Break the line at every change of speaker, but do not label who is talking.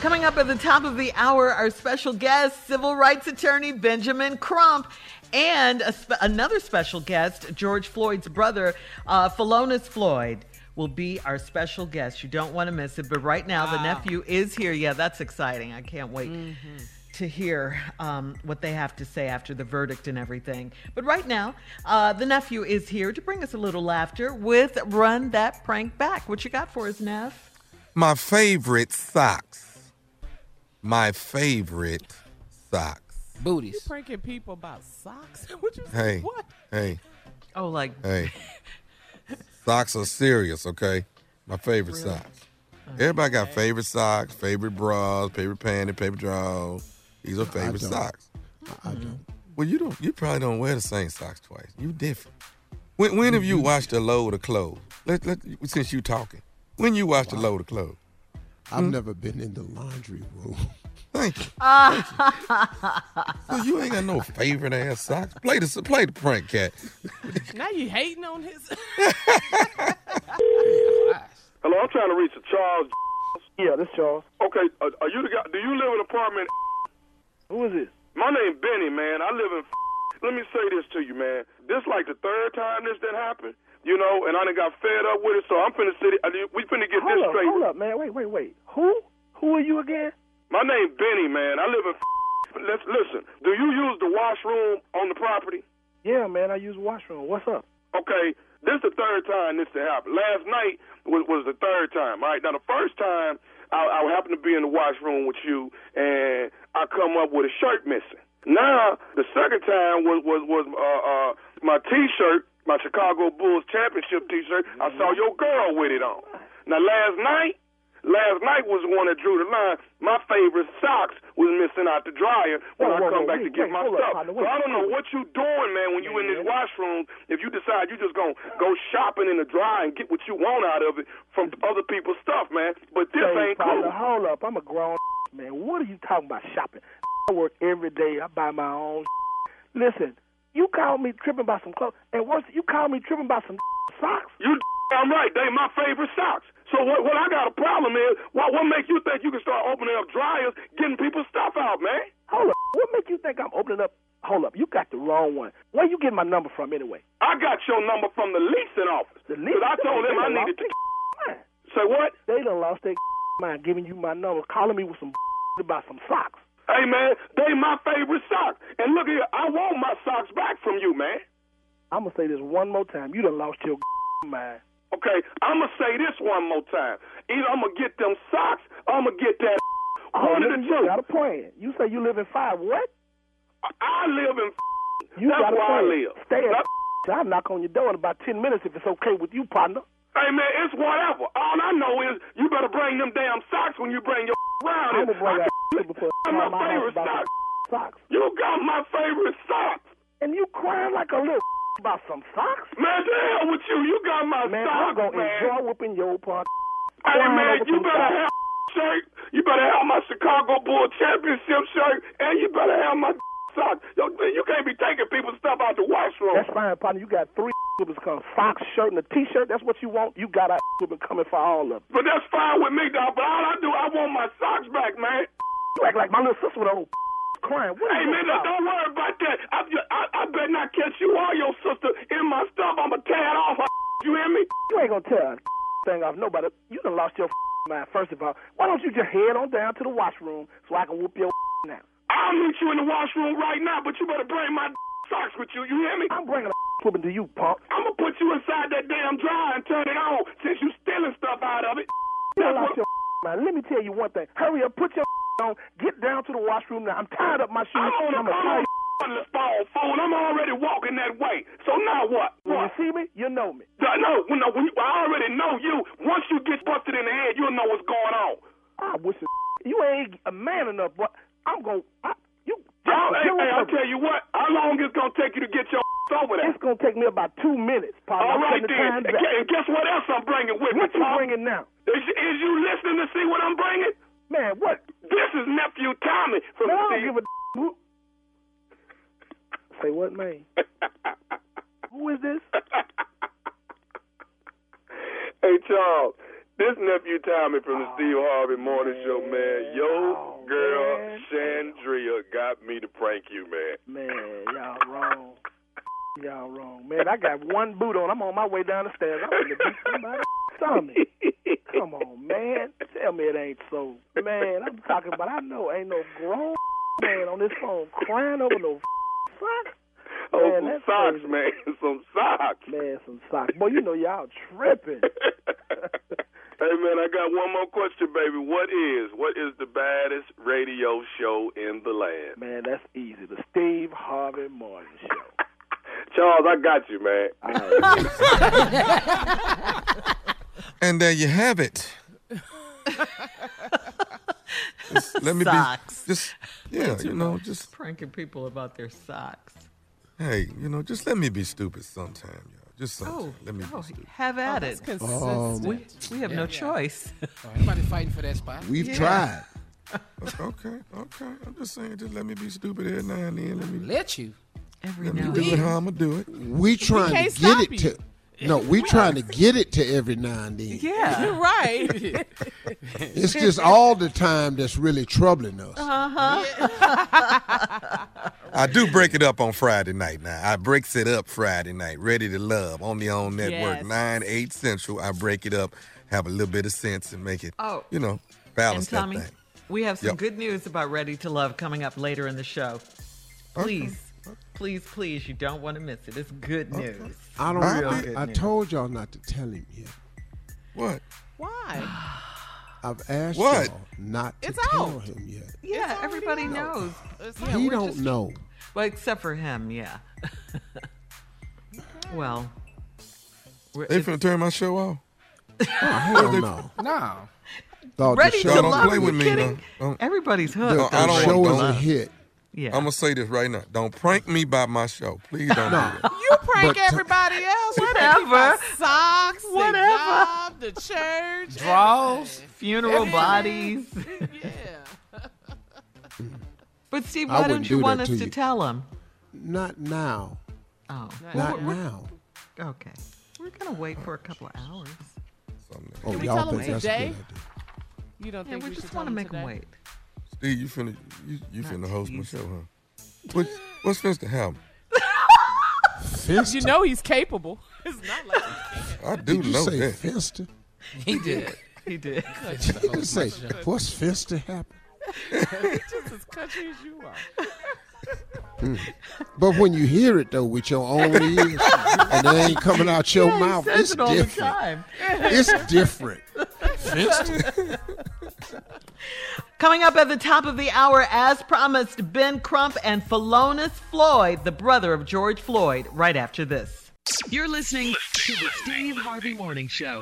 Coming up at the top of the hour, our special guest, civil rights attorney Benjamin Crump, and a spe- another special guest, George Floyd's brother, uh, Felonis Floyd. Will be our special guest. You don't want to miss it. But right now, the nephew is here. Yeah, that's exciting. I can't wait to hear um, what they have to say after the verdict and everything. But right now, uh, the nephew is here to bring us a little laughter with Run That Prank Back. What you got for us, Neff?
My favorite socks. My favorite socks.
Booties.
Pranking people about socks? What you
Hey,
What?
hey,
Oh, like
hey. socks are serious, okay? My favorite socks. Everybody got favorite socks, favorite bras, favorite panties, favorite drawers. These are favorite
don't.
socks.
I don't.
Well, you don't. You probably don't wear the same socks twice. You different. When when have you
Mm-hmm.
washed a load of clothes? Let, let since you talking. When you washed a load of clothes?
I've
Mm-hmm.
never been in the laundry room.
Thank you. so you ain't got no favorite ass socks. Play the play the prank cat.
Now you hating on his.
Hello, I'm trying to reach a Charles.
Yeah, this Charles.
Okay, uh, are you the guy? Do you live in an apartment?
Who is this?
My name Benny, man. I live in. Let me say this to you, man. This like the third time this done happened, you know, and I done got fed up with it. So I'm finna sit. I- We finna get
Hold
this
up,
straight.
hold up, man. Wait, wait, wait. Who? Who are you again?
My name Benny, man. I live in. Let's listen. Do you use the washroom on the property?
Yeah, man. I use washroom. What's up?
Okay, this the third time this to happen. Last night was, was the third time, all right? Now, the first time, I, I happened to be in the washroom with you, and I come up with a shirt missing. Now, the second time was, was, was uh, uh, my T-shirt, my Chicago Bulls championship T-shirt.
Mm-hmm.
I saw your girl with it on. Now, last night, last night was the one that drew the line. My favorite socks was missing out the dryer when
Whoa,
I
whoa,
come
whoa,
back to
wait,
get
wait,
my
hold
stuff.
up, partner,
so
wait,
I don't know
hold up.
what you doing, man, when you in this washroom, if you decide you just gonna go shopping in the dry and get what you want out of it from other people's stuff, man. But this
Hey,
ain't cool.
partner, hold up. I'm a grown man. What are you talking about shopping? I work every day. I buy my own. Listen, you called me tripping about some clothes, and worse, you called me tripping about some socks.
You I'm right, they my favorite socks. So what what I got a problem is what what make you think you can start opening up dryers, getting people's stuff out, man?
Hold up. What make you think I'm opening up? Hold up. You got the wrong one. Where you get my number from anyway?
I got your number from the leasing office.
The
'Cause I told them I needed to
Man,
say what?
they done lost their mind giving you my number, calling me with some about some socks.
Hey man, they my favorite socks. And look here, I want my socks back from you, man.
I'm gonna say this one more time. You done lost your mind.
Okay, I'm gonna say this one more time. Either I'm gonna get them socks, or I'm gonna get that. One of the
nigga, you
two.
got a plan. You say you live in five. What?
I live in.
You
That's
got a
where I
plan.
live.
Stay
That-
at. I'll knock on your door in about ten minutes if it's okay with you, partner.
Hey man, it's whatever. All I know is you better bring them damn socks when you bring your around
I'm
here.
gonna bring
I
that
can-
before
I'm
I
my
my house
favorite
about some
socks.
socks.
You got my favorite socks.
And you crying like a little about some socks.
Man, the hell with you. You got my
Man, I'm
socks,
gonna
man.
enjoy whooping your part.
hey
crying
man,
over
you
some
better
socks.
have shirt. You better have my Chicago Bull championship shirt, and you better have my socks. Yo, you can't be taking people's stuff out the washroom.
That's fine, partner. You got three whoopers coming. Socks, shirt, and a T-shirt. That's what you want. You got a whooping coming for all of them.
But that's fine with me, dog. But all I do, I want my socks back, man.
You act like my little sister with a whole crying. What
Hey,
is
man,
this about?
don't worry about that. I, I, I bet not catch you or your sister in my stuff. I'ma tear it off. Her. You hear me?
You ain't gonna tell a thing off nobody. You done lost your mind. First of all, why don't you just head on down to the washroom so I can whoop your now?
I'll meet you in the washroom right now, but you better bring my socks with you. You hear me?
I'm bringing a whooping to you, punk.
I'ma put you inside that damn dryer and turn it on since you stealing stuff out of it.
You done lost your mind. Let me tell you one thing. Hurry up, put your on. Get down to the washroom now. I'm tired of my shoes.
I'm on a
I'm a tired.
on the phone, phone. I'm already walking that way. So now what?
When you
What?
see me, you know me.
No, no, when you, I already know you. Once you get busted in the head, you'll know what's going on.
I wish a- you ain't a man enough, but I'm gonna. I, you just
Oh, hey,
give me
hey, I'll
something.
tell you what. How long it's gonna take you to get your over there?
It's gonna take me about two minutes, partner.
All
I'm
right
putting the
then.
time back.
And guess what else I'm bringing with
What
me,
you
Tom?
bringing now,
Is, is you listening to see what I'm bringing?
man? What?
This is nephew Tommy from
Man, I don't
Steve.
give a who. Say what, man? Who is this?
hey Charles, This nephew Tommy from the Steve Harvey Morning Show, man. Yo,
Oh,
girl,
man.
Chandria got me to prank you, man.
Man, y'all wrong. Y'all wrong. Man, I got one boot on. I'm on my way down the stairs. I'm gonna beat somebody. Tommy, come on, man. Tell me it ain't so. Man, I'm talking about I know ain't no grown man on this phone crying over no sock.
oh,
Man,
some
that's
socks,
crazy.
man. Some socks.
Man, some socks. Boy, you know y'all tripping.
hey, man, I got one more question, baby. What is what is the baddest radio show in the land?
Man, that's easy. The Steve Harvey Morning Show.
Charles, I got you, man.
All right.
And there you have it. Just let me
Socks.
be just yeah, you know, just
Pranking people about their socks.
hey, you know, just let me be stupid sometime, y'all. Just sometime.
Oh,
let me
oh,
be stupid.
have at
That's
it.
Um,
consistent.
We, we have no choice.
Anybody fighting for that spot?
We've
Yeah.
tried.
Okay, okay. I'm just saying, just let me be stupid every now and then. Let me
Let you.
Every
let
now
me do it
and
how I'm gonna do it.
We trying
can't
to get
stop
it
you.
to. No, we trying to get it to every now and then.
Yeah.
You're right.
It's just all the time that's really troubling us.
Uh-huh.
I do break it up on Friday night now. I breaks it up Friday night. Ready to love on the own network
Yes.
nine eight central. I break it up, have a little bit of sense, and make it.
Oh.
you know,
And
balance that
Tommy,
thing.
we have some
Yep.
good news about Ready to Love coming up later in the show. Please, please, please, you don't want to miss it. It's good news.
I don't.
Real
I,
good
I
news.
told y'all not to tell him yet.
What?
Why?
I've asked
What?
y'all not to
It's
tell
out.
him yet.
Yeah,
already
everybody
out.
knows.
It's
he
we're
don't
just-
know.
Well, except for him, yeah. well, we're-
They
it's-
finna turn my show off.
Hell no.
No.
Thought the
Ready
show-
to
Y'all don't
love.
play
you
with me,
kidding?
no. Don't-
Everybody's
The,
hooked.
I
on
don't
the
Ready to
want
show is a
Love.
hit.
Yeah.
I'm gonna say this right now. Don't prank me by my show, please. Don't.
No.
do that.
You prank
But-
everybody else. You prank
Whatever.
people about Socks. the
Whatever.
job, The church.
Draws.
Funeral bodies.
Yeah.
But Steve,
I
why
wouldn't
don't you
do that
want us
to
to
you.
tell him?
Not now.
Oh,
Not now.
okay. We're gonna wait for a couple of hours.
Something like that.
Oh,
we
y'all
tell him
think that's a
today?
good idea.
You don't
Yeah,
think
we
should
just
tell
want to
them
make him
today?
wait.
Steve, you finna you, you finna host my
teasing.
show, huh? What, what's finna happen?
Fenster.
You know he's capable. It's not like
I do
Did you
know
say
that.
Fenster?
He did.
He did.
You can say, what's Fenster happen?
he's as country as you are.
Hmm. But when you hear it though with your own ears and it ain't coming out your mouth,
he says
it's
it all the
different.
time.
It's different.
Coming up at the top of the hour, as promised, Ben Crump and Felonus Floyd, the brother of George Floyd, right after this.
You're listening to the Steve Harvey Morning Show.